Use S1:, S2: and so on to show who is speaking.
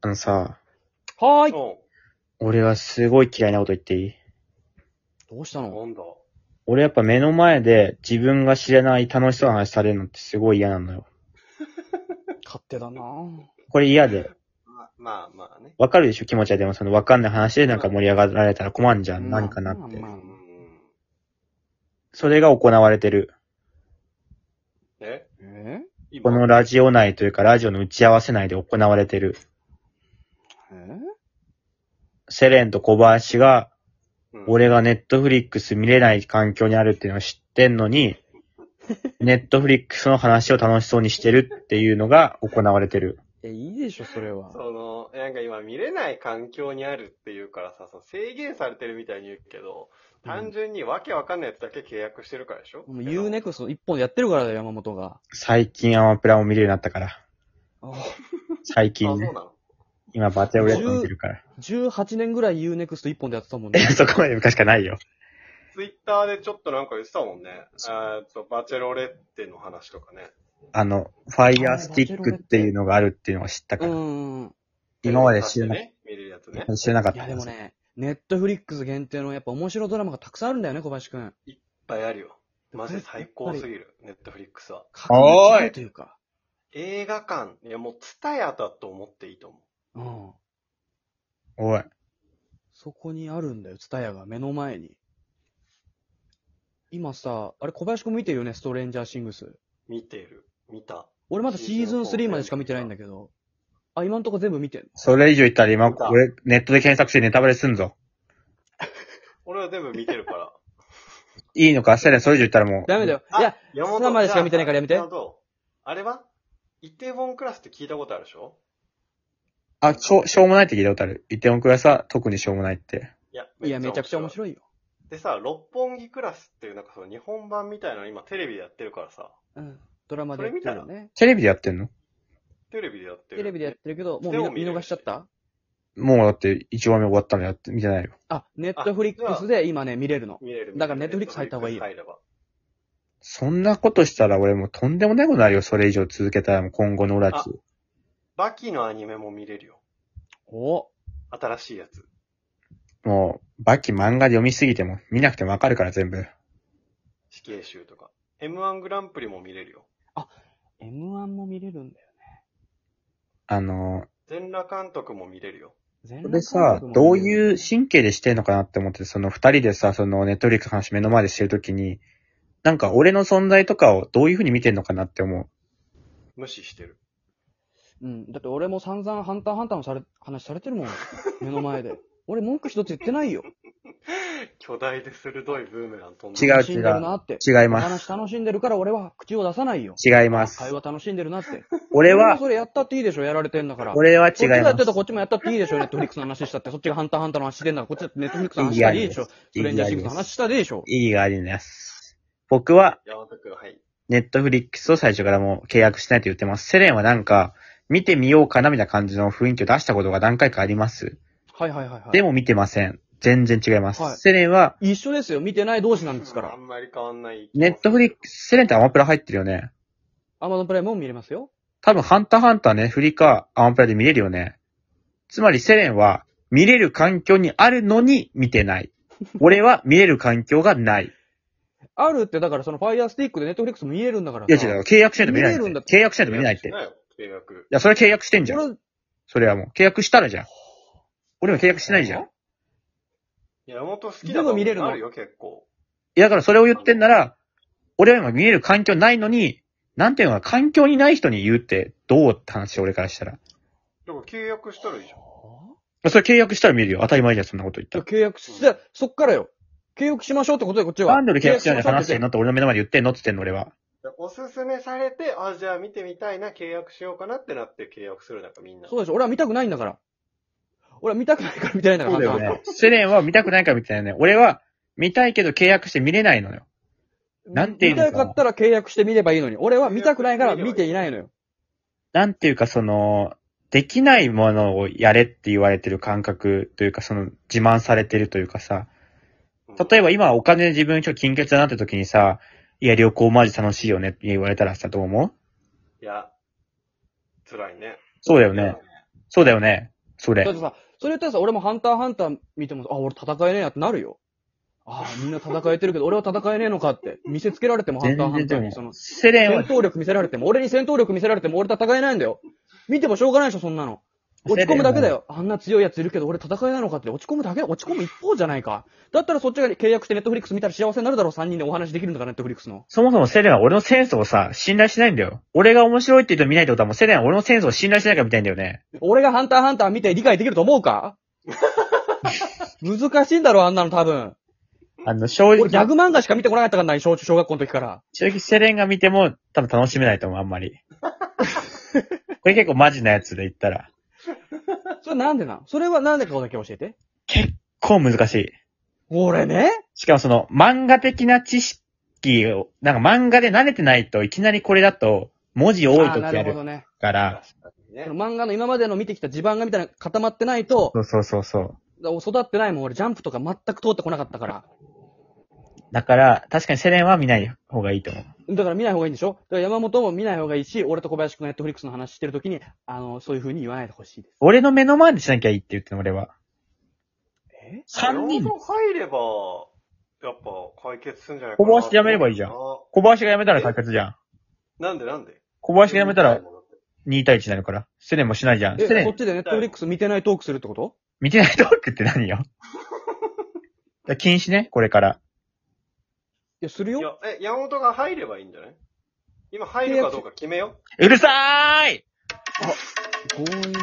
S1: あのさ、
S2: はーい。
S3: う
S1: 俺はすごい嫌いなこと言っていい
S2: どうした
S3: ん。
S2: の
S3: なんだ
S1: 俺やっぱ目の前で自分が知らない楽しそうな話されるのってすごい嫌なのよ。
S2: 勝手だなぁ。
S1: これ嫌で。
S3: ままあまあね。
S1: わかるでしょ気持ちは。でもそのわかんない話でなんか盛り上がられたら困んじゃん。
S2: まあ
S1: 何かなって
S2: まあ。ま
S3: う
S2: あ
S3: ん。
S1: それが行われてる。
S3: え
S2: え
S3: 今
S1: このラジオ内というかラジオの打ち合わせ内で行われてる。
S2: え
S1: セレンと小林が、
S3: うん
S1: 俺がネットフリックス見れない環境にあるっていうのを知ってんのに、ネットフリックスの話を楽しそうにしてるっていうのが行われてる。
S2: え、いいでしょ、それは。
S3: その、なんか今見れない環境にあるっていうからさ、その制限されてるみたいに言うけど、単純にわけわかんないやつだけ契約してるからでしょ
S2: もう UNEXT 一本でやってるからだよ、山本が。
S1: 最近アマプラを見れるようになったから。
S2: あ
S1: 最
S3: けど
S1: 近ね。
S3: あ、そうなの
S1: 今バテオレット見てるから。
S2: 18年ぐらい UNEXT 一本でやってたもん
S1: え、
S2: ね。
S1: そこまで昔からないよ。
S3: ツイッターでちょっとなんか言ってたもんね。えっと、バチェロレッテの話とかね。
S1: あの、ファイヤースティックっていうのがあるっていうのを知った
S2: う
S1: から。
S2: ーん。
S1: 今まで知らな
S3: ね
S1: かっ
S3: 見れるやつね。
S1: た。知らなかっ
S2: い
S1: た
S2: や、でもね、ネットフリックス限定のやっぱ面白いドラマがたくさんあるんだよね、小林くん。
S3: いっぱいあるよ。マジで最高すぎる。ネットフリックスは。
S2: 格が違うというか。
S3: 映画館、いやもうツタヤだと思っていいと思う。
S2: うん。
S1: おい。
S2: そこにあるんだよ、ツタヤが目の前に。今さ、あれ小林くん見てるよね、ストレンジャーシングス。
S3: 見てる。見た。
S2: 俺まだシーズン3までしか見てないんだけど。あ、今んとこ全部見てんの
S1: それ以上言ったら今、俺、ネットで検索してネタバレすんぞ。
S3: 俺は全部見て るから。
S1: いいのかセレン、それ以上言ったらもう。
S2: ダメだよ。いや、
S3: 山
S2: スタまでしか見てないからやめて
S3: じゃあどうあれはイテウォンクラスって聞いたことあるでしょ
S1: あ、しょう、しょうもないって聞いたことある。イテウォンクラスは特にしょうもないって。
S3: いや、
S2: いや、めちゃくちゃ面
S3: い。
S2: 白いよ。
S3: でさ、六本木クラスっていうなんかその日本版みたいなの今テレビでやってるからさ、
S2: うん。ドラマで
S3: それ見たら
S2: よね。
S1: テレビでやってんの
S3: テレビでやってる。
S2: テレビでやってるけど、もう
S3: でも
S2: 見
S3: 見れ
S2: 見
S3: る
S2: 逃しちゃった
S1: もうだって1話目終わったのやって、見てないよ。
S2: あ、ネットフリックスで今ね、見れるの。
S3: 見れる。
S2: だからネットフリックス入った方がいいよ
S3: ネットフリック
S1: そんなことしたら俺もうとんでもないことになるよ。それ以上続けたらもう今後の俺たち
S3: あ。ス入ればバキのアニメも見れるよ。
S2: お
S3: 新しいやつ。
S1: もう、バキ漫画で読みすぎても、見なくてもわかるから全部。
S3: 死刑囚とか。M1 グランプリも見れるよ。
S2: M1 も見れるんだよ。
S1: あの、
S3: 全裸監督も見れるよ。
S2: 全
S1: これさ、どう
S2: う、
S1: いう神経でしてんのかなって思って、その二人でさ、そのネットフリックスの話目の前でしてるときに、なんか俺の存在とかをどういうふうに見てんのかなって思う。
S3: 無視してる。
S2: うん。だって俺も散々ハンターハンターのされ話され てるもん。目の前で。俺文句一つ言ってないよ。
S3: 巨大で鋭いブーメラン飛んで
S1: 違う
S2: 楽しんでるなって。
S1: 違いま
S2: 話楽しんでるから俺は口を出さないよ。
S1: す。違います。
S2: 会話楽しんでるなって。
S1: 俺
S2: 俺も
S1: は、
S2: それやったっていいでしょ、やられてんだから。
S1: 俺は違い
S2: こっちもやっ
S1: ま
S2: て
S1: す
S2: た。こっちもやったっていいでしょ、ネットフリックスの話したって。そっちがハンターハンターの話してんだから、こっちだってネットフリックスの話したらいいでしょ。ストレンジャーシングスの話したでいいでしょ。
S1: 意義があります。僕は、
S3: 山本くん、はい。
S1: ネットフリックスを最初からもう契約しないと言ってます。セレンはなんか、見てみようかなみたいな感じの雰囲気を出したことが何回かあります。
S2: はいはいはいはい。
S1: でも見てません。全然違います。
S2: はい
S1: セレンは、
S2: 一緒ですよ。見てない同士なんですか
S3: あ
S2: ら。
S3: んまり変わんない。
S1: ネットフリックス、セレンってアマプラ入ってるよね。
S2: アマゾンプライムも見れますよ。
S1: 多分、ハンターハンターね、フリかアマプラで見れるよね。つまり、セレンは、見れる環境にあるのに見てない。俺は見れる環境がない。
S2: あるって、だからそのファイヤースティックでネットフリックスも見えるんだから
S1: い
S2: さ。
S1: や違う、契約しないと見れない
S2: 見れるんだ
S1: って。契約しないと見れないって。
S3: 契
S1: い
S3: 約しなよ契約。
S1: や、それ契約してんじゃん。
S2: 俺、
S1: それはもう。契約したらじゃん。俺も契約してないじゃん。い
S3: 山本好きだ
S2: でも見れるの
S3: あるよ、結構。
S1: や、だからそれを言ってんなら、俺は今見える環境ないのに、なんていうのか、環境にない人に言うって、どうって話、俺からしたら。
S3: でも契約しとるでしょ。
S2: は
S1: それ契約したら見るよ。当たり前じゃん、そんなこと言っ
S2: あ
S1: たら。
S2: 契約し、じゃあそっからよ。契約しましょうってことで、こっちは。
S1: なんで俺契約してないのに話してん
S2: の
S1: のって俺の目の前で言ってんのって言ってんの、俺は。
S3: でおすすめされて、あ、じゃあ見てみたいな、契約しようかなってなって契約するなんかみんな。
S2: そうでしょ。俺は見たくないんだから。俺は見たくないから見てないんだか
S1: そう
S2: ら。
S1: だよ
S2: ハンターハン
S1: ね。セレンは見たくないから見てないよね。俺は見たいけど契約して見れないのよ。
S2: ター
S1: なんていう
S2: 見
S1: の
S2: たかったら契約してみればいいのに。俺は見たくないから見ていないのよ。
S1: なんていうかその、できないものをやれって言われてる感覚というかその自慢されてるというかさ、例え
S3: ば、
S1: ば今お金で自分ちょっと金欠だなって時にさ、いや旅行マジ楽しいよねって言われたらさ、どう思う
S3: いや、辛いね。
S1: そうだよね。そうだよね。それ
S2: だっ。てさ、それ言ったらさ、俺もハンターハンター見ても、あ、俺戦えねえやってなるよ。ああ、みんな戦えてるけど、俺は戦えねえのかって。見せつけられても、ハン
S1: 全
S2: ターハ
S1: 然
S2: ンタ
S1: で
S2: ー
S1: も
S2: に、その、
S1: セレン
S2: 戦
S1: は、
S2: 闘力見せられても、俺に戦闘力見せられても、俺戦えないんだよ。見てもしょうがないでしょ、そんなの。落ち込むだけだよ。あんな強いやついるけど、俺戦えないのかって、落ち込むだけ、落ち込む一方じゃないか。だったらそっちが契約してネットフリックス見たら幸せになるだろう、3人でお話できるんだから、ネットフリックスの。
S1: そもそもセレンは俺のセンスをさ、信頼しないんだよ。俺が面白いって言うと見ないってことはもうセレンは俺のセンスを信頼しないから見たいんだよね。
S2: 俺がハンターハンター見て理解できると思うか 難しいんだろ、あんなの多分。
S1: あの、正
S2: 俺ギャ
S1: 直、
S2: グ漫画しか見てこなかったからな、小中小学校の時から。
S1: 正直セレンが見ても多分楽しめないと思う、あんまり。これ結構マジなやつで言ったら。
S2: それなんでなんそれはなんでかだけ教えて。
S1: こう難しい。
S2: 俺ね
S1: しかもその漫画的な知識を、なんか漫画で慣れてないといきなりこれだと文字多い
S2: あ
S1: 時
S2: ーな
S1: あ
S2: るほ
S1: る
S2: どね。
S1: から。
S2: その漫画の今までの見てきた地盤がみたいな固まってないと、
S1: そうそうそうそう。
S2: 育ってないもん、俺ジャンプとか全く通ってこなかったから。
S1: だから、確かにセレンは見ない方がいいと思う。
S2: だから見ない方がいいんでしょだから山本も見ない方がいいし、俺と小林くんがネットフリックスの話してる時に、あの、そういう風に言わないでほしいです。
S1: 俺の目の前でしなきゃいいって言ってんの、俺は。
S2: え
S1: 三人
S3: ロード入れば、やっぱ解決するんじゃない
S1: 小
S3: か
S1: 林辞めればいいじゃん
S3: あ
S1: 小林が辞めたら解決じゃん。
S3: なんでなんで
S1: 小林が辞めたら2対1になるから。セレンもしないじゃん。セレ
S2: え、そ
S1: ン
S2: っ、ちでネットフリックス見てないトークするってこと
S1: 見てないトークって何よ。 だから禁止ね、これから。
S2: いや、する
S3: い
S2: よ
S3: や、え、山本が入ればいいんじゃない今入るかどうか決めよう。
S1: うるさーいう
S2: 強引。